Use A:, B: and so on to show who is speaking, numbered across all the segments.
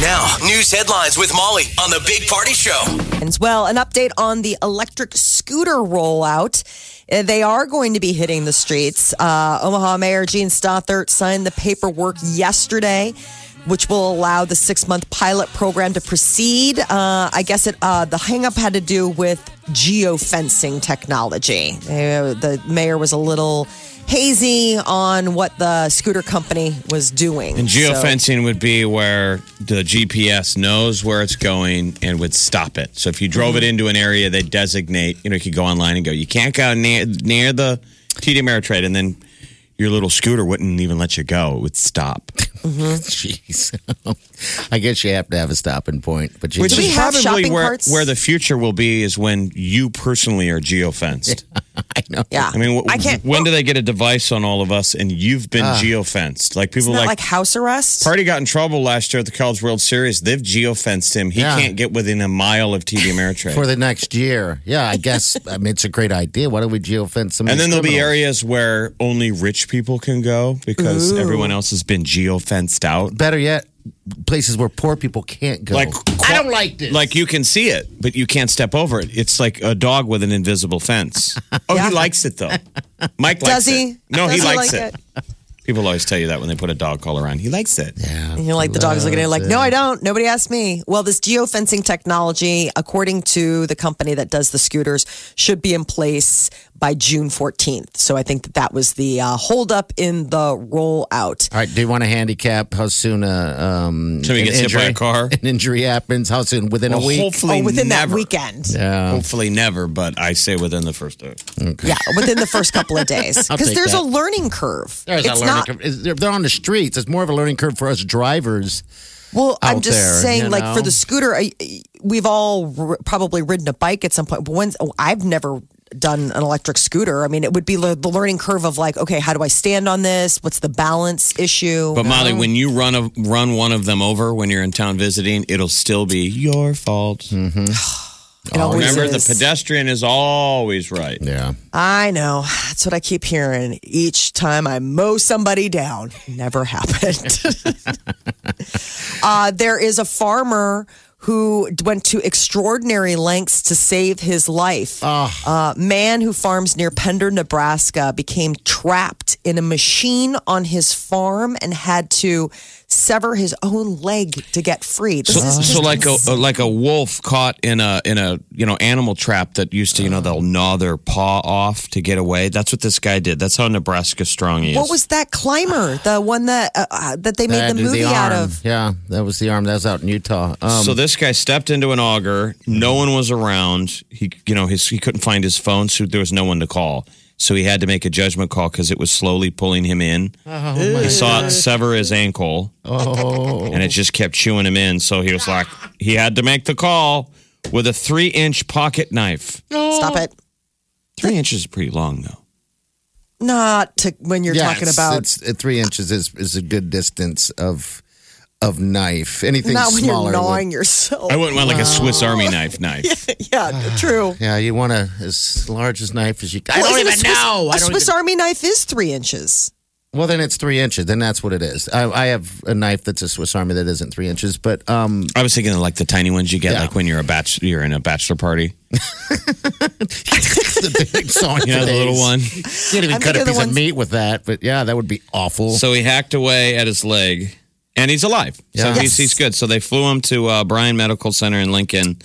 A: Now, news headlines with Molly on the Big Party Show.
B: As well, an update on the electric scooter rollout. Uh, They are going to be hitting the streets. Uh, Omaha Mayor Gene Stothert signed the paperwork yesterday, which will allow the six month pilot program to proceed. Uh, I guess it, uh, the hangup had to do with geofencing technology. Uh, the mayor was a little hazy on what the scooter company was doing.
C: And
B: So-
C: geofencing would be where the GPS knows where it's going and would stop it. So if you drove it
B: Mm-hmm.
C: into an area, they designate, you know, you could go online and go, you can't go near, near the TD Ameritrade. And then your little scooter wouldn't even let you go, it would stop.
D: Jeez. I guess you have to have a stopping point, but you
C: Which
B: Do we
C: is
B: have
C: probably
B: shopping
C: where,
B: carts?
C: where the future will be is when you personally are geofenced.
D: I know.
B: yeah.
C: I mean, wh-
B: I can't. Oh. Ah.
C: when do they get a device on all of us and you've been geofenced? Like people
B: Isn't that
C: like,
B: like house arrest?
C: Party got in trouble last year at the College World Series. They've geofenced him. He
D: Yeah.
C: can't get within a mile of TD Ameritrade.
D: For the next year. Yeah, I guess I mean, it's a great idea. Why don't we geofence some of
C: and
D: these
C: then there'll be
D: criminals?
C: areas where only rich people can go because everyone else has been geofenced out.
D: Better yet, places where poor people can't go.
C: Like
D: I don't like this.
C: Like you can see it, but you can't step over it. It's like a dog with an invisible fence. Oh,
B: Yeah.
C: he likes it though. Mike likes
B: Does he?
C: it. No, he
B: Does
C: likes
B: like
C: it. People always tell you that when they put a dog collar on. He likes it.
B: And you're like, the dog's looking at you like, no, I don't. Nobody asked me. Well, this geofencing technology, according to the company that does the scooters, should be in place by June 14th. So I think that that was the uh, holdup in the rollout. Oh,
D: All right, do you want a handicap? How soon uh, um
C: So he
D: an
C: gets hit by a
D: injury-
C: car?
D: An injury happens. How soon? Within a week?
C: Hopefully
B: oh, within
C: never.
B: that weekend. Yeah.
C: Hopefully never, but I say within the first day.
B: within the first couple of days.
D: I'll
B: Because
D: take
B: there's
D: that.
B: a learning curve.
D: There's
B: it's
D: a learning
B: not,
D: curve. Is- They're they're on the streets. It's more of a learning curve for us drivers.
B: Well, I'm
D: out
B: just
D: there,
B: saying,
D: you
B: like for
D: know?
B: the scooter, I, we've all r- probably ridden a bike at some point. But when's, oh, I've never done an electric scooter. I mean, it would be le- the learning curve of like, okay, how do I stand on this? What's the balance issue?
C: But Molly, when you run a, run one of them over when you're in town visiting, it'll still be your fault.
B: It always
C: Remember,
B: is.
C: the pedestrian is always right.
D: Yeah.
B: I know. That's what I keep hearing. Each time I mow somebody down, never happened. uh, there is a farmer who went to extraordinary lengths to save his life. Uh, man who farms near Pender, Nebraska, became trapped in a machine on his farm and had to sever his own leg to get free. This
C: So,
B: is just
C: so like a like a wolf caught in a in a you know animal trap that used to you know they'll gnaw their paw off to get away. That's what this guy did. That's how Nebraska strong he is.
B: what was that climber? The one that uh, uh, that they made
D: That
B: the
D: is
B: movie out
D: arm.
B: of.
D: Yeah, that was the arm. That was out in Utah. Um, Mm-hmm.
C: so this guy stepped into an auger. No one was around. He you know his he couldn't find his phone, so there was no one to call. So he had to make a judgment call because it was slowly pulling him in. he saw it sever his ankle.
D: Oh.
C: and it just kept chewing him in. So he was like, he had to make the call with a three inch pocket knife.
B: Stop it.
C: Three inches is pretty long, though.
B: not to when you're
D: yeah,
B: talking
D: it's-
B: about
D: it's, uh, three inches is, is a good distance of of knife. Anything
B: not when you're
D: smaller. would-
B: gnawing yourself.
C: I wouldn't want like a Swiss Army knife knife.
B: yeah, true.
D: yeah, you want a as large as knife as you. I
B: Well,
D: don't
B: isn't
D: even
B: a Swiss,
D: know. I
B: A
D: don't
B: Swiss
D: even-
B: Army knife is three inches.
D: Well, then it's three inches. Then that's what it is. I, I have a knife that's a Swiss Army that isn't three inches, but um,
C: I was thinking of like the tiny ones you get
D: Yeah.
C: like when you're a bach- you're in a bachelor party.
D: the big song.
C: You know, the little one.
D: You can't even
B: I'm
D: cut a
B: thinking of
D: piece
B: the
D: of
B: ones-
D: meat with that. But yeah, that would be awful.
C: So he hacked away at his leg, and he's alive.
D: Yeah.
C: So he's, he's good. So they flew him to uh, Bryan Medical Center in Lincoln,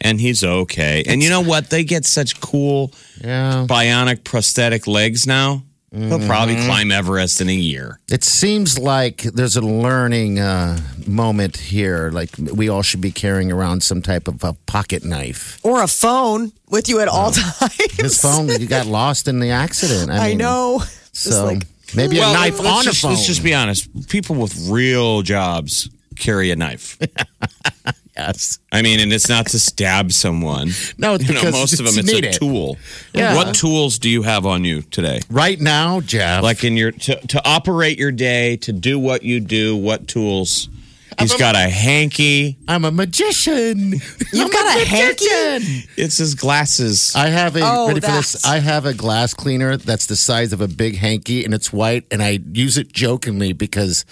C: and he's okay. And you know what? They get such cool
D: yeah. Mm-hmm.
C: bionic prosthetic legs now. He'll probably climb Everest in a year.
D: It seems like there's a learning uh, moment here. Like we all should be carrying around some type of a pocket knife.
B: or a phone with you at all times.
D: His phone you got lost in the accident. I,
B: I
D: mean,
B: know. Just
D: So
B: like
D: maybe a knife
C: let's
D: on
C: just,
D: a phone.
C: Let's just be honest. People with real jobs carry a knife.
D: yes.
C: I mean, and it's not to stab someone.
D: No, it's
C: you know,
D: because
C: most of them, it's
D: needed.
C: a tool.
D: Yeah.
C: What tools do you have on you today?
D: Right now, Jeff.
C: Like in your to, to operate your day, to do what you do, what tools? He's got a hanky.
D: I'm a magician.
B: you've got a hanky.
C: It's his glasses.
D: I have a
B: Oh,
D: ready for
B: that's-
D: this. I have a glass cleaner that's the size of a big hanky, and it's white. And I use it jokingly because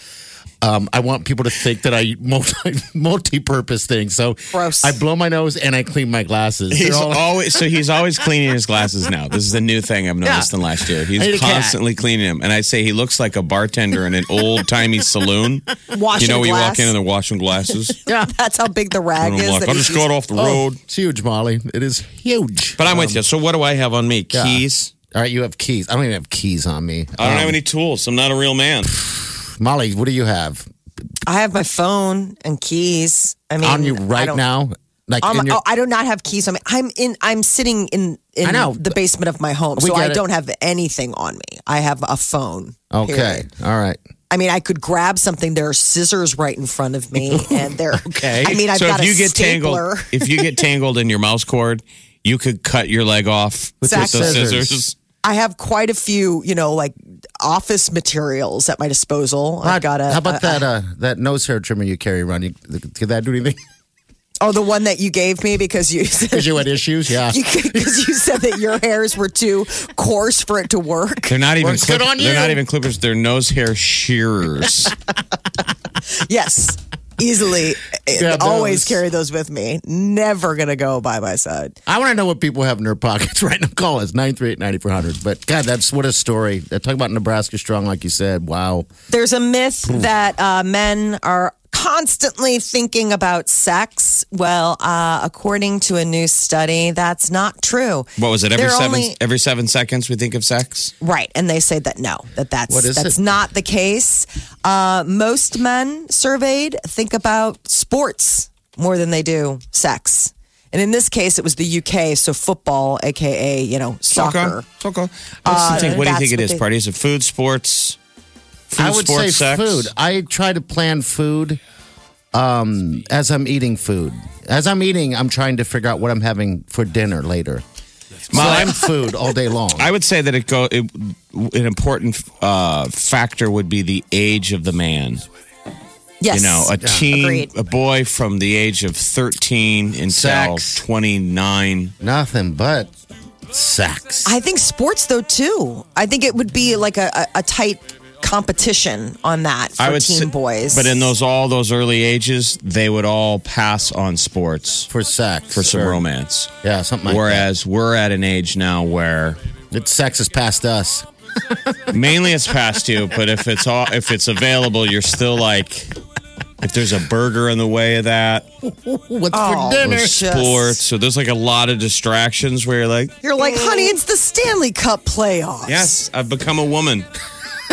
D: um, I want people to think that I multi multi-purpose things. So
B: Gross.
D: I blow my nose and I clean my glasses.
C: He's
D: They're all-
C: always so he's always cleaning his glasses now. This is a new thing I've noticed
D: Yeah.
C: in last year.
D: I need
C: He's
D: a cat.
C: constantly cleaning them, and I say he looks like a bartender in an old timey saloon.
B: Washing
C: you know,
B: a
C: when you
B: glass.
C: walk in and they're washing glasses.
D: yeah.
B: That's how big the rag
C: And
B: is.
C: I'm like,
B: that
C: I
B: he
C: just
B: keeps-
C: got off the
D: Oh, Um,
C: road.
D: it's huge, Molly. It is huge.
C: But I'm with you. So what do I have on me? Keys.
D: All right, you have keys. I don't even have keys on me.
C: I don't
D: Um,
C: have any tools. I'm not a real man.
D: Molly, what do you have
B: I have my phone and keys. I mean,
D: on you
B: I
D: right
B: don't-
D: now? Like
B: Um,
D: in your,
B: oh, I do not have keys. I mean, I'm in. I'm sitting in in
D: I know.
B: the basement of my home,
D: We
B: so I
D: get it.
B: don't have anything on me. I have a phone.
D: okay,
B: period.
D: all right.
B: I mean, I could grab something. There are scissors right in front of me, and they're okay. I mean, I've
C: so
B: got a
C: if you get
B: stapler.
C: tangled, if you get tangled in your mouse cord, you could cut your leg off with,
B: Exactly.
C: those
D: Scissors.
C: scissors.
B: I have quite a few, you know, like office materials at my disposal. I've got a.
D: How about
B: a-
D: that uh, that nose hair trimmer you carry around? You, did that do anything?
B: Oh, the one that you gave me because you said
D: Because you had issues, yeah.
B: because you said that your hairs were too coarse for it to work.
C: They're not even
D: Works good on
C: they're
D: you.
C: not even clippers. They're nose hair shearers.
B: Yes. Easily,
D: Yeah,
B: always
D: those.
B: carry those with me. Never gonna go by my side.
D: I want to know what people have in their pockets right now. Call us 938-9400. But God, that's what a story. Talk about Nebraska strong, like you said. Wow.
B: There's a myth
C: Hmm.
B: that uh, men are constantly thinking about sex. Well, uh, according to a new study, that's not true.
C: What was it? Every
B: They're
C: seven
B: only-
C: every seven seconds we think of sex.
B: Right, and they say that no, that that's
D: What is
B: that's
D: it?
B: not the case. Uh, most men surveyed think about sports more than they do sex, and in this case, it was the UK, so football, aka you know soccer.
C: Soccer. What's the thing? What do you
B: Uh, that's
C: think it
B: what
C: is?
B: they-
C: Party? Is it food, sports? Food,
D: I would say
C: sports, sex?
D: food. I try to plan food um, as I'm eating food. As I'm eating, I'm trying to figure out what I'm having for dinner later. So
C: Molly,
D: I'm food all day long.
C: I would say that it go it, an important uh, factor would be the age of the man.
B: Yes,
C: You know, a teen,
B: Agreed.
C: a boy from the age of thirteen until
D: Sex.
C: twenty nine.
D: Nothing but sex.
B: I think sports though too. I think it would be like a, a, a tight competition on that for teen boys.
C: but in those all those early ages, they would all pass on sports
D: for sex.
C: for some
D: Or-
C: romance.
D: Yeah, something like
C: Whereas we're at an age now where
D: that. It's sex is past us.
C: mainly it's past you, but if it's all if it's available, you're still like if there's a burger in the way of that
D: What's
B: Oh.
D: for
C: or
D: dinner?
B: Yes.
C: sports, so there's like a lot of distractions where you're like,
B: you're like, honey, it's the Stanley Cup playoffs.
C: yes, I've become a woman.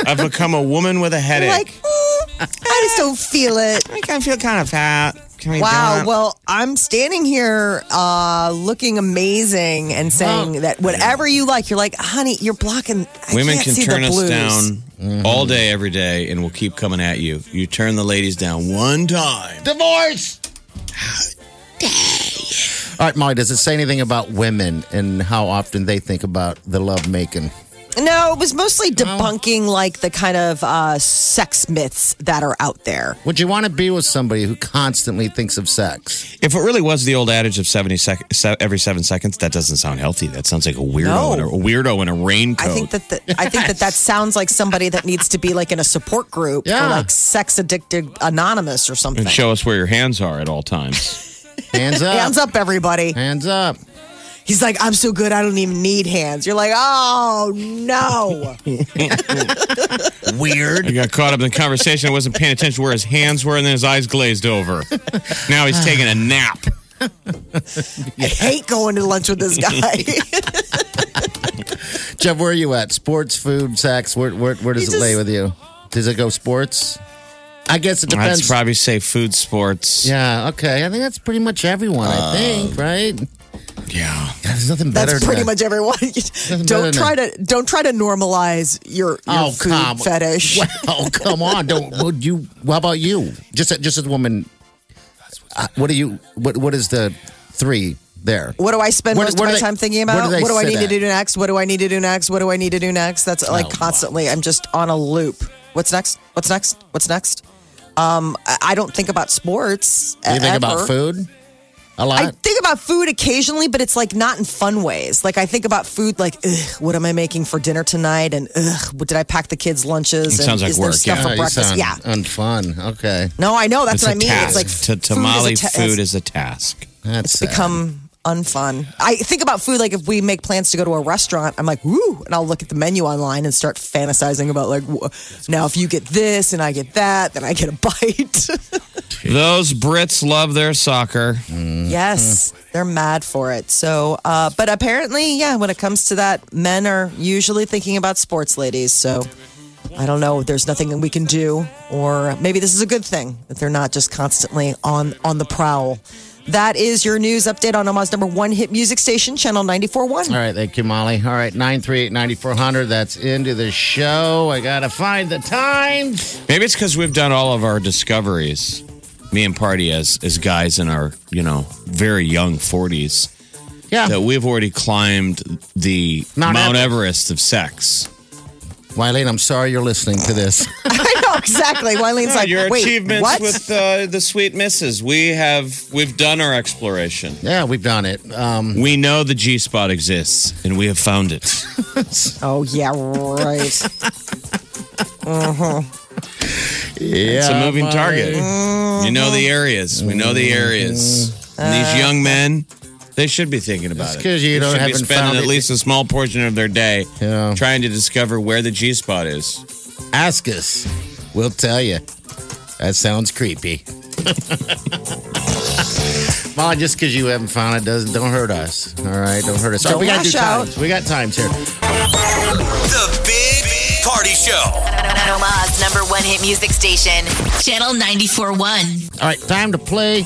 C: I've become a woman with a headache.
B: Like, mm, I just don't feel it.
C: I kind of feel kind of fat. Can we
B: Wow.
C: not?
B: Well, I'm standing here uh, looking amazing and saying that whatever you like, you're like, honey, you're blocking. I
C: Women
B: can't
C: can
B: see
C: turn
B: the
C: us
B: blues.
C: down all day, every day, and we'll keep coming at you. You turn the ladies down one time.
D: Divorce. All right, Molly, does it say anything about women and how often they think about the love making?
B: No, it was mostly
C: Oh.
B: debunking like the kind of uh, sex myths that are out there.
D: Would you want to be with somebody who constantly thinks of sex?
C: If it really was the old adage of 70 sec- se- every seven seconds, that doesn't sound healthy. That sounds like a weirdo,
B: No.
C: in, a, a weirdo in a raincoat.
B: I think that the, I think that that sounds like somebody that needs to be like in a support group
D: Yeah.
B: for like sex addicted anonymous or something.
C: and show us where your hands are at all times.
D: Hands up.
B: Hands up, everybody.
D: Hands up.
B: He's like, I'm so good, I don't even need hands. You're like, oh no.
C: Weird. I got caught up in the conversation. I wasn't paying attention to where his hands were, and then his eyes glazed over. Now he's taking a nap.
B: I hate going to lunch with this guy.
D: Jeff, where are you at? Sports, food, sex. Where where, where does
B: You
D: it lay
B: just-
D: with you? Does it go sports? I guess it
C: I'd
D: depends.
C: probably say food sports.
D: yeah, okay. I think that's pretty much everyone. I think, right? God,
C: Yeah.
D: Um, there's nothing better.
B: That's
D: than
B: pretty
D: that.
B: much everyone.
D: better
B: don't
D: than
B: try to don't try to normalize your, your
D: Oh
B: food
D: come
B: fetish.
D: Oh come on! Don't would you? How about you? Just just as a woman, uh, what do you? What what is the three there?
B: What do I spend
D: Where-
B: most
D: where
B: of
D: do
B: my
D: they-
B: time thinking
D: where do
B: about?
D: they
B: What do I
D: sit
B: need to do
D: at?
B: next? What do I need to do next? What do I need to do next? That's like
D: wow.
B: constantly. I'm just on a loop. What's next? What's next? What's next? Um, I I don't think about sports.
D: Do you think about
B: ever.
D: food? A lot.
B: I think about food occasionally, but it's like not in fun ways. Like I think about food, like Ugh, what am I making for dinner tonight, and Ugh, what did I pack the kids' lunches?
C: It
B: and
C: sounds like
B: is there
C: work,
B: stuff
C: yeah.
D: Oh,
B: for
D: you
B: breakfast?
D: sound
B: Yeah.
D: unfun. Okay,
B: No, I know. That's
C: It's
B: what
C: a
B: I mean.
C: task.
B: It's like
C: to tamale
B: ta-
C: food is a task.
D: that's sad.
B: become unfun. I think about food like if we make plans to go to a restaurant, I'm like, woo, and I'll look at the menu online and start fantasizing about like, wh- now if you get this and I get that, then I get a bite.
C: Those Brits love their soccer.
B: yes, they're mad for it. So, uh, but apparently, yeah, when it comes to that, men are usually thinking about sports ladies. So. I don't know. There's nothing that we can do, or maybe this is a good thing that they're not just constantly on on the prowl. That is your news update on Omaha's number one hit music station, Channel 94.1.
D: All right, thank you, Molly. All right, 938-9400. That's into the show. I gotta find the times.
C: Maybe it's because we've done all of our discoveries, me and Party as as guys in our you know very young forties,
D: Yeah.
C: that we've already climbed the
D: Mount
C: Mount, Everest of sex.
D: Wileen, I'm sorry you're listening to this.
B: I know exactly. Wylene's like,
C: your
B: wait,
C: achievements
B: what?
C: with uh, the sweet misses. We have we've done our exploration.
D: yeah, we've done it. Um,
C: We know the G spot exists, and we have found it.
B: oh yeah, right.
D: yeah,
C: It's
D: Uh,
C: a moving target. You know the areas. We know the areas. And these young men, they should be thinking about
D: Just
C: it.
D: Uh, 'cause you
C: They
D: don't
C: should be
D: haven't
C: spending
D: found
C: at
D: it.
C: least a small portion of their day
D: Yeah.
C: trying to discover where the G spot is.
D: Ask us. We'll tell you. That sounds creepy. Molly, just because you haven't found it doesn't don't hurt us. All right, don't hurt us. All right, we gotta do
B: lash out.
D: times. We got times here.
A: The Big Party Show.
E: Omaha's number one hit music station, Channel 94.1.
D: All right, time to play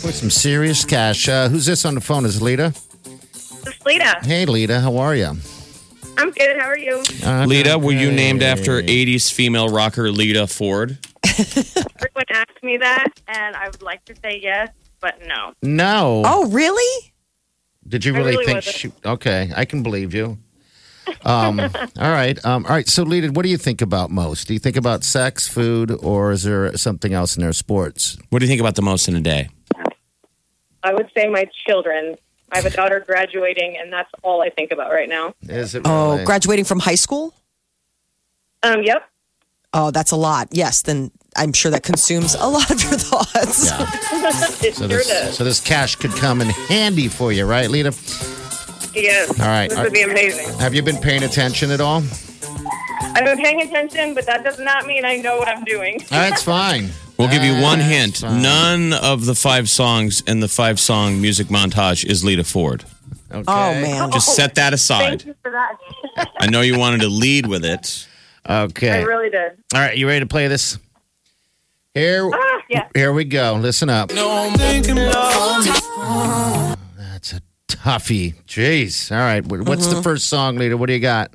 D: for some serious cash. Uh, who's this on the phone? Is it Lita?
F: It's Lita.
D: Hey, Lita, how are Uh, you?
F: I'm good. How are you?
C: Lita, were you named after 80s female rocker Lita Ford?
F: Everyone asked me that, and I would like to say yes, but no.
D: No.
B: Oh really?
D: Did you
F: I
D: really,
F: really
D: think
F: wasn't.
D: she? Okay, I can believe you. Um, all right, um, all right. So, Lita, what do you think about most? Do you think about sex, food, or is there something else in there? Sports.
C: What do you think about the most in a day?
F: I would say my children. I have a daughter graduating, and that's all I think about right now.
D: Is it?
B: Oh,
D: really?
B: graduating from high school?
F: Um, yep.
B: Oh, that's a lot. Yes, then I'm sure that consumes a lot of your thoughts.
F: it
D: So
F: sure
D: this,
F: does.
D: so this cash could come in handy for you, right, Lita?
F: Yes.
D: All right.
F: This would be amazing.
D: Have you been paying attention at all?
F: I've been paying attention, but that does not mean I know what I'm doing.
D: That's fine.
C: We'll give you one
D: That's
C: hint.
D: fine.
C: None of the five songs in the five song music montage is Lita Ford.
D: Okay.
B: Oh man.
C: Just set that
F: Thank
C: aside.
F: you for that.
C: I know you wanted to lead with it.
F: I
D: Okay.
F: really did.
D: all right. You ready to play this? Here,
F: Ah, yeah.
D: here we go. Listen up. That's a toughie. Jeez. All right. wh- What's
B: Mm-hmm.
D: the first song, Lita? What do you got?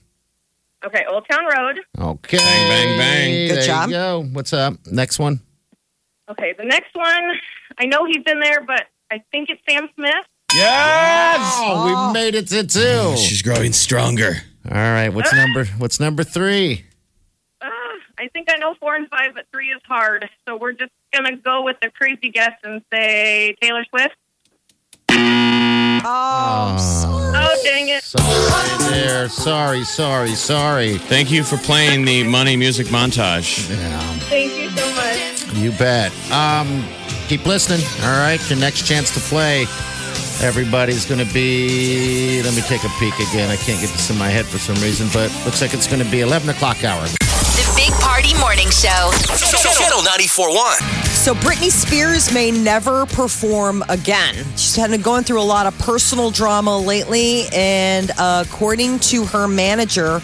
F: Okay, Old Town Road.
D: Okay.
C: bang, bang.
D: There
B: Good job.
D: You go. What's up? Next one.
F: Okay, the next one. I know he's in there, but I think it's Sam Smith.
D: Oh, we made it to two. All
C: She's growing stronger.
D: right. What's number? What's number three?
F: Ah, I think I know four and five, but three is hard. So we're just gonna go with a crazy guess and say Taylor Swift.
D: Oh,
F: Oh dang it!
D: sorry there. Sorry, sorry, sorry.
C: Thank you for playing the money music montage.
D: Yeah,
F: Thank you so much.
D: you bet. Um, keep listening. All right. Your next chance to play. Everybody's going to be. Let me take a peek again. I can't get this in my head for some reason, but looks like it's going to be 11 o'clock hour.
E: The Big Party Morning Show.
A: Channel 94.1.
B: So Britney Spears may never perform again. She's been going through a lot of personal drama lately, and uh, according to her manager,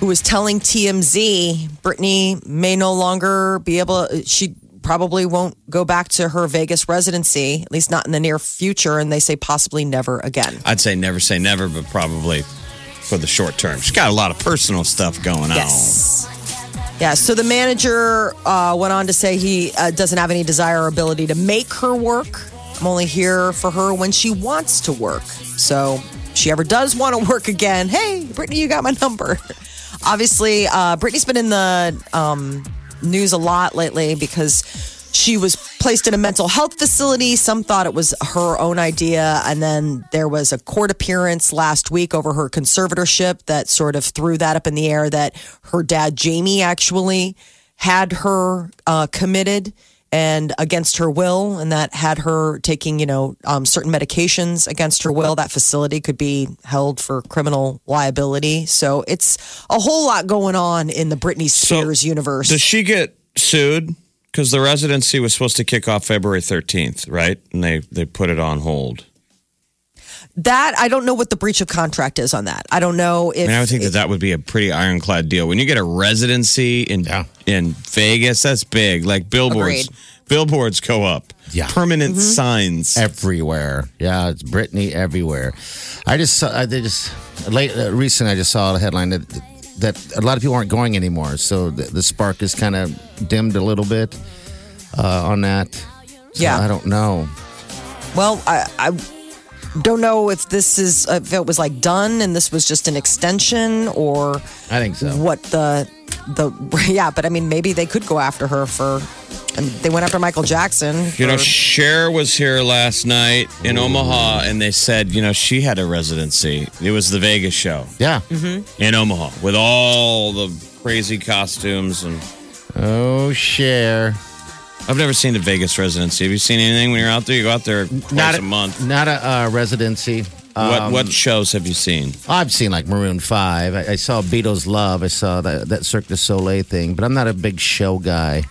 B: who was telling TMZ, Britney may no longer be able. She probably won't go back to her Vegas residency, at least not in the near future. And they say possibly never again.
C: I'd say never say never, but probably for the short term. She's got a lot of personal stuff going on.
B: Yes. Yeah, so the manager uh, went on to say he uh, doesn't have any desire or ability to make her work. I'm only here for her when she wants to work. So if she ever does want to work again, hey, Brittany, you got my number. Obviously, uh, Brittany's been in the um, news a lot lately because she was placed in a mental health facility. Some thought it was her own idea. And then there was a court appearance last week over her conservatorship that sort of threw that up in the air that her dad, Jamie, actually had her uh, committed and against her will and that had her taking you know um, certain medications against her will that facility could be held for criminal liability so it's a whole lot going on in the britney spears universe
C: Does she get sued? Because the residency was supposed to kick off February 13th, right? And they, they put it on hold.
B: That I don't know what the breach of contract is on that. I don't know if
C: I mean, I would think that that would be a pretty ironclad deal. When you get a residency in
D: Yeah.
C: in Vegas, that's big. Like billboards,
B: Agreed. Mm-hmm.
C: billboards go up.
D: Yeah.
C: permanent signs.
D: everywhere. Yeah, it's Britney everywhere. I just saw, I, they just late uh, recent. I just saw a headline that that a lot of people aren't going anymore. So the, the spark is kind of dimmed a little bit uh, on that. So
B: Yeah.
D: I don't know.
B: well, I, I don't know if this is if it was like done and this was just an extension or
D: I think so.
B: what the the yeah. But I mean, maybe they could go after her for. And they went after Michael Jackson.
C: You know,
B: for-
C: Cher was here last night in Omaha, and they said, you know, she had a residency. It was the Vegas show
D: Yeah.
B: Mm-hmm.
C: in Omaha with all the crazy costumes. And
D: Oh, share.
C: I've never seen a Vegas residency. Have you seen anything when you're out there? You go out there twice
D: Not
C: a, month.
D: Not a uh, residency. Uh,
C: what what shows have you seen?
D: I've seen like Maroon Five. I, I saw Beatles Love. I saw that that Cirque du Soleil thing. But I'm not a big show guy.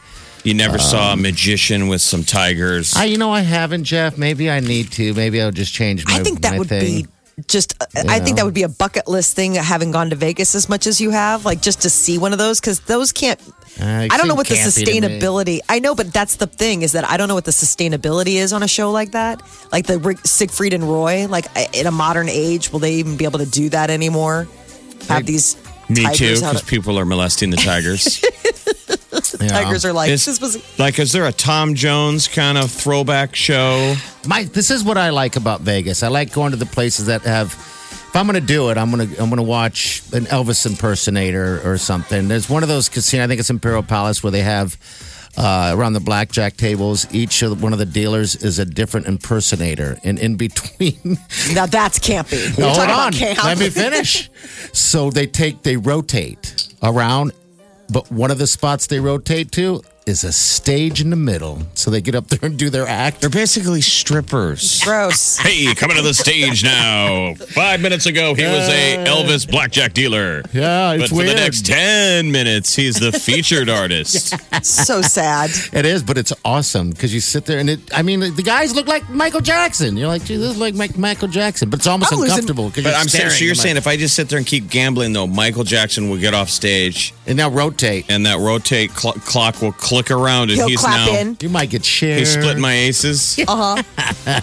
C: You never saw a magician with some tigers.
D: I, you know, I haven't, Jeff. Maybe I need to. Maybe I'll just change my.
B: I think that
D: my
B: would
D: thing.
B: be just. uh, I think
D: Yeah.
B: that would be a bucket list thing. Having gone to Vegas as much as you have, like just to see one of those, because those can't.
D: Uh, it
B: I don't know
D: seemed
B: what the
D: campy to me.
B: sustainability. I know, but that's the thing is that I don't know what the sustainability is on a show like that, like the Rick, Siegfried and Roy. Like I- in a modern age, will they even be able to do that anymore? Have these
C: Me too,
B: tigers out
C: because
B: of-
C: people are molesting the tigers.
B: tigers are like
C: It's-
B: this was.
C: like, is there a Tom Jones kind of throwback show?
D: Mike, this is what I like about Vegas. I like going to the places that have. If I'm going to do it, I'm going to I'm going to watch an Elvis impersonator or something. There's one of those casino. I think it's Imperial Palace where they have uh, around the blackjack tables. Each of one of the dealers is a different impersonator, and in between
B: Now that's campy. You're
D: Now,
B: talking about
D: hold on.
B: camp.
D: Let me finish. so they take they rotate around, but one of the spots they rotate to is a stage in the middle. So they get up there and do their act.
C: They're basically strippers.
B: Gross.
C: Hey, coming to the stage now. Five minutes ago, he was a Elvis blackjack dealer.
D: Yeah,
C: But
D: it's
C: for the
D: weird.
C: next 10 minutes, he's the featured artist.
B: so sad.
D: It is, but it's awesome because you sit there and it. I mean, the guys look like Michael Jackson. You're like, gee, this is like Mike, Michael Jackson, but it's almost
B: I'm losing-
D: uncomfortable because
C: But
D: you're
C: I'm saying,
D: staring
C: so you're
D: at my-
C: saying if I just sit there and keep gambling, though, Michael Jackson will get off stage
D: and now rotate.
C: and that rotate cl- clock will click around and
B: He'll
C: he's
B: clap
C: now.
B: in.
D: You might get shared.
C: He split my aces.
B: Uh-huh.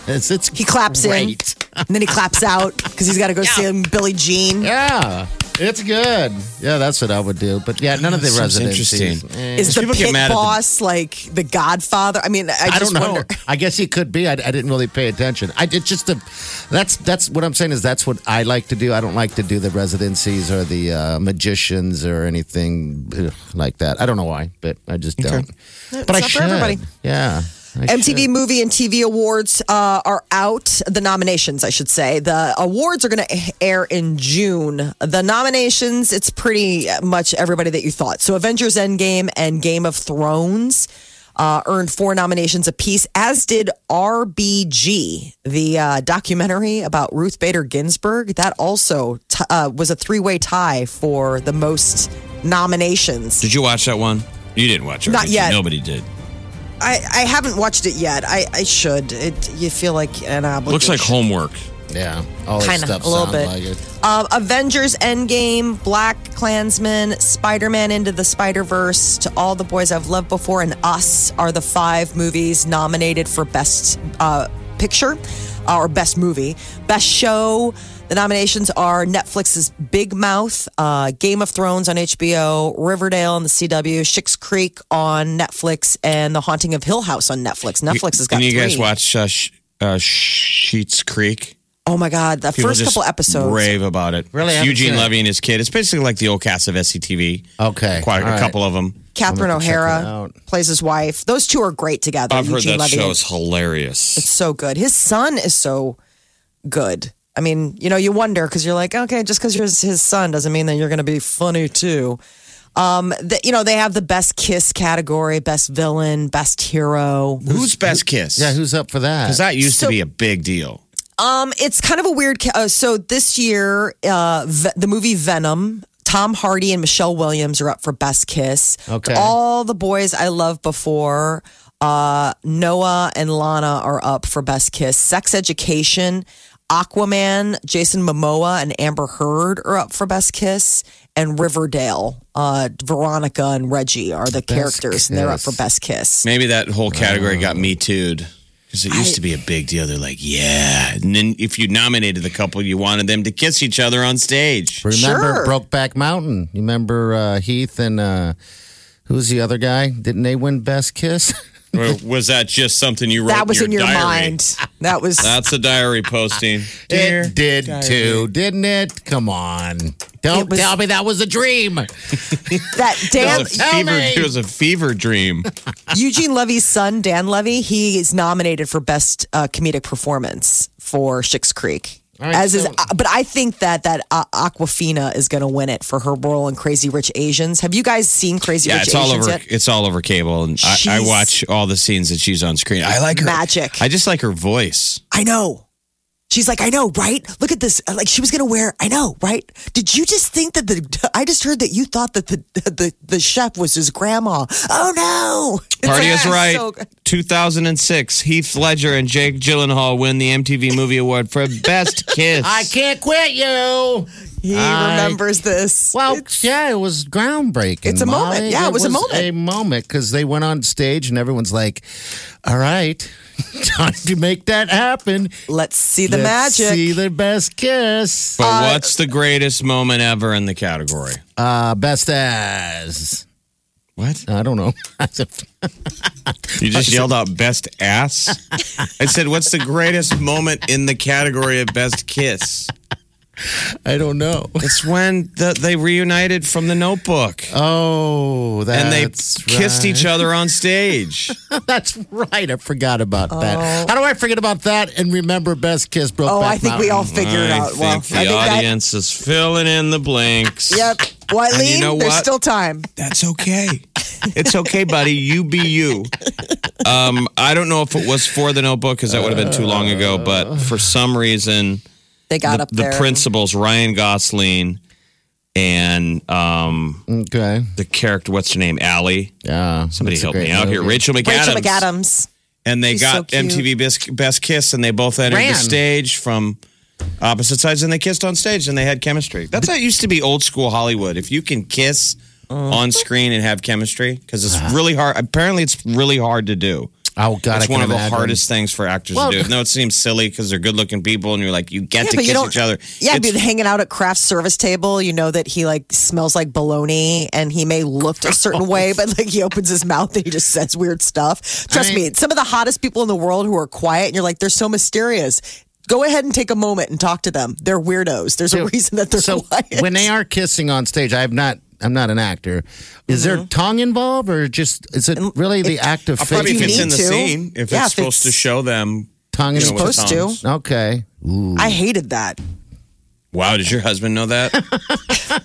D: It's, it's
B: He claps
D: great.
B: in, and then he claps out because he's got to go see him Billy Jean.
D: Yeah, it's good. Yeah, that's what I would do. But yeah, none of the
C: Sounds
D: residencies.
C: interesting.
D: Eh.
B: Is the
C: People get
B: pit
C: mad at the-
B: boss like the Godfather? I mean, I,
D: I
B: just
D: don't know.
B: wonder.
D: I guess he could be. I, I didn't really pay attention. I it's just a, that's that's what I'm saying is that's what I like to do. I don't like to do the residencies or the uh, magicians or anything ugh, like that. I don't know why, but I just don't. But I
B: not for
D: should.
B: everybody.
D: Yeah. I
B: MTV
D: should.
B: Movie and TV Awards uh, are out. The nominations, I should say. The awards are going to air in June. The nominations, it's pretty much everybody that you thought. So Avengers Endgame and Game of Thrones. uh, earned four nominations apiece, as did RBG, the uh, documentary about Ruth Bader Ginsburg. That also t- uh, was a three way tie for the most nominations.
C: Did you watch that one? You didn't watch it.
B: Not
C: did you?
B: yet.
C: Nobody did.
B: I, I haven't watched it yet. I, I should. It you feel like an obligation.
C: Looks like homework.
D: Yeah, all this
B: Kinda,
D: stuff
B: a little
D: sounds
B: bit.
D: like it.
B: Uh, Avengers Endgame, Black Klansman, Spider Man Into the Spider Verse, To All the Boys I've Loved Before, and Us are the five movies nominated for Best uh, Picture uh, or Best Movie. Best Show, the nominations are Netflix's Big Mouth, uh, Game of Thrones on HBO, Riverdale on the CW, Schick's Creek on Netflix, and The Haunting of Hill House on Netflix. Netflix has got
C: Can you guys
B: three.
C: watch uh, Sh- uh, Sheets Creek?
B: Oh my God, the
C: People
B: first
C: just
B: couple episodes.
C: Rave about it.
D: Really? I
C: It's
D: haven't
C: Eugene
D: seen it.
C: Levy and his kid. It's basically like the old cast of SCTV.
D: Okay,
C: Quite
D: all
C: a
D: right.
C: couple of them.
B: Catherine
D: I'm gonna have to check it
B: O'Hara
D: out.
B: plays his wife. Those two are great together.
C: I've heard
B: Eugene
C: that
B: Levy
C: show
B: is
C: is hilarious.
B: so good. His son is so good. I mean, you know, you wonder because you're like, okay, just because you're his- his son doesn't mean that you're going to be funny too. Um, the, you know, they have the best kiss category, best villain, best hero.
C: Who's best kiss?
D: Yeah, who's up for that?
C: Because that used
B: So-
C: to be a big deal.
B: Um, it's kind of a weird. ca- Uh, so this year, uh, v- the movie Venom. Tom Hardy and Michelle Williams are up for Best Kiss.
D: Okay.
B: All the boys I loved before, uh, Noah and Lana are up for Best Kiss. Sex Education, Aquaman, Jason Momoa and Amber Heard are up for Best Kiss, and Riverdale, uh, Veronica and Reggie are the characters, and they're up for
D: Kiss.
B: Best Kiss.
C: Maybe that whole category got me too'd. Because it used to be a big deal. They're like, yeah. And then if you nominated the couple, you wanted them to kiss each other on stage.
B: Sure.
D: Remember Brokeback Mountain? You remember uh, Heath and uh, who's the other guy? Didn't they win Best Kiss?
C: Or was that just something you wrote?
B: That was in your
C: diary?
B: mind. That was
C: That's a diary posting.
D: it did too, didn't it? Come on. Don't
B: It was-
D: tell me that was a dream.
B: that damn.
C: It was a fever.
D: me.
C: It was a fever dream.
B: Eugene Levy's son, Dan Levy, he is nominated for best uh, comedic performance for Schick's Creek.
D: All right,
B: As is, uh,
D: so-
B: but I think that that uh, Aquafina is going to win it for her role in Crazy Rich Asians. Have you guys seen Crazy
C: Yeah,
B: Rich
C: it's all
B: Asians
C: over.
B: yet?
C: It's all over cable, and I, I
B: She's-
C: watch all the scenes that she's on screen. I like her
B: Magic.
C: I just like her voice.
B: I know. She's like, I know, right? Look at this. Like she was going to wear. I know, right? Did you just think that the? I just heard that you thought that the the, the chef was his grandma. Oh no! It's
C: Party
B: like,
C: is right.
B: so-
C: 2006, Heath Ledger and Jake Gyllenhaal win the MTV Movie Award for Best Kiss.
D: I can't quit you.
B: he
D: I-
B: remembers this.
D: Well, yeah, it was groundbreaking.
B: It's a moment.
D: Molly.
B: Yeah, it was a moment.
D: A moment because they went on stage and everyone's like, "All right, time to make that happen."
B: Let's see the
D: Let's
B: magic.
D: See the best kiss.
C: but
B: uh,
C: what's the greatest moment ever in the category?
D: Uh, best ass.
C: What?
D: I don't know.
C: You
B: Uh,
C: just yelled out best ass? I said, what's the greatest moment in the category of best kiss?
D: I don't know.
C: It's when the, they reunited from the notebook
D: Oh, that's
C: and they kissed each other on stage.
D: other. That's right. I forgot about that. How do I forget about that and remember best kiss? Broke
B: Oh, I think we all figured it
C: I
B: out.
C: think
B: Well,
C: the
B: I think
C: audience is filling in the blanks.
B: that. Yep. Well,
C: And you
B: Eileen,
C: know
B: there's
C: what?
B: still time.
C: That's okay. It's okay, buddy. You be you. Um, I don't know if it was for the notebook because that would have been too long ago, but for some reason,
B: They got
C: the,
B: up
C: the
B: there.
C: principals, Ryan Gosling and um,
D: Okay.
C: the character, what's her name? Allie.
D: Yeah.
C: Somebody
D: that's a
C: help
D: great
C: me out here.
D: movie.
C: Rachel McAdams.
B: Rachel McAdams.
C: And they
B: She's so
C: got
B: cute.
C: MTV Best, Best Kiss, and they both entered
D: Ran.
C: the stage from opposite sides, and they kissed on stage, and they had chemistry. That's how it used to be old school Hollywood. If you can kiss
B: Uh-huh.
C: on screen and have chemistry, because it's really hard. Apparently, it's really hard to do.
D: Oh God, I
C: It's
D: can
C: one of the
D: imagine.
C: hardest things for actors
D: Well-
C: to do. No, it seems silly because they're good-looking people, and you're like, you get to kiss each other.
B: Yeah,
C: It's-
B: been hanging out at Kraft's service table. You know that he like smells like bologna, and he may look a
C: Oh.
B: certain way, but like he opens his mouth and he just says weird stuff. Trust
D: I-
B: me, some of the hottest people in the world who are quiet, and you're like, they're so mysterious. Go ahead and take a moment and talk to them. They're weirdos. There's a reason that they're
D: So
B: quiet.
D: when they are kissing on stage, I've not. I'm not an actor. Is there
B: Mm-hmm.
D: tongue involved, or just is it really the act of
C: probably if
B: you
D: faking
C: it's in the
B: need to.
C: scene, if
B: Yeah,
C: it's
B: if
C: supposed to
B: it's-
C: show them
D: tongue?
C: you know,
D: involved?
C: with
B: supposed to.
C: tongues.
D: Okay.
B: I hated that.
C: Wow, does your husband know that?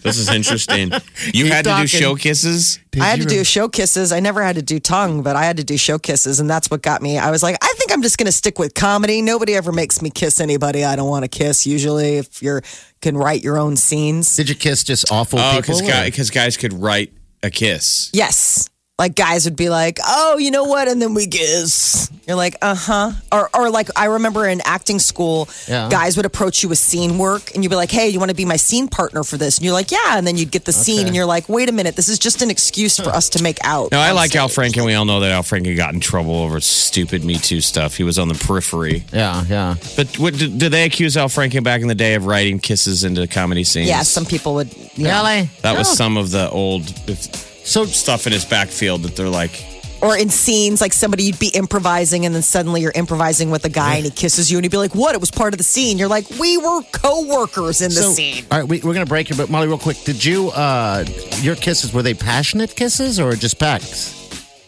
C: this is interesting. You had to do
D: talking.
C: show kisses?
B: I had to do show kisses. I never had to do tongue, but I had to do show kisses, and that's what got me. I was like, I think I'm just going to stick with comedy. Nobody ever makes me kiss anybody I don't want to kiss. Usually, if you can write your own scenes,
D: Did you kiss just awful
C: Oh,
D: people?
C: because
D: or-
C: guys could write a kiss.
B: yes, like guys would be like, oh, you know what, and then we kiss. You're like, uh huh, or or like I remember in acting school,
D: Yeah.
B: guys would approach you with scene work, and you'd be like, hey, you want to be my scene partner for this? And you're like, yeah, and then you'd get the scene, and you're like, wait a minute, this is just an excuse for us to make out.
C: No, I
B: on
C: like Al
B: stage.
C: Franken. We all know that Al Franken got in trouble over stupid Me Too stuff. He was on the periphery.
D: Yeah, yeah.
C: But what, did, did they accuse Al Franken back in the day of writing kisses into comedy scenes?
B: Yeah, some Oh. people would. Yeah.
D: Really?
C: that was some of the old if-
D: So
C: stuff in his backfield that they're like,
B: or in scenes like somebody you'd be improvising and then suddenly you're improvising with a guy and he kisses you and he'd be like what it was part of the scene you're like we were co-workers in the
D: so,
B: scene
D: All right, we, we're gonna break here, but Molly, real quick, did you uh your kisses were they passionate kisses or just pecks?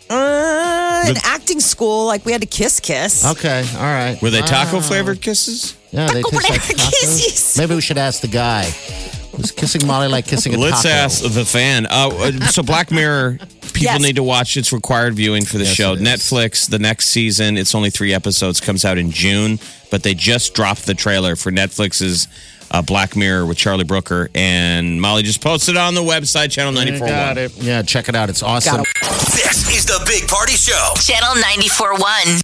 B: uh, in acting school like we had to kiss kiss
D: Okay, all right.
C: were they taco
B: Oh.
C: flavored kisses?
D: Yeah, they
B: Taco
D: taste like
B: flavored
D: tacos.
B: kisses.
D: Maybe we should ask the guy. Was kissing Molly like kissing a
C: Let's
D: taco?
C: ask the fan. Uh, uh, so, Black Mirror, people
B: Yes.
C: need to watch its required viewing for the
D: Yes,
C: show.
D: it is.
C: Netflix, the next season, it's only three episodes, comes out in June, but they just dropped the trailer for Netflix's uh, Black Mirror with Charlie Brooker. And Molly just posted it on the website, Channel 94.
D: Got it. Yeah, check it out. It's awesome.
B: Got it.
A: This is the Big Party Show.
E: Channel 94.1.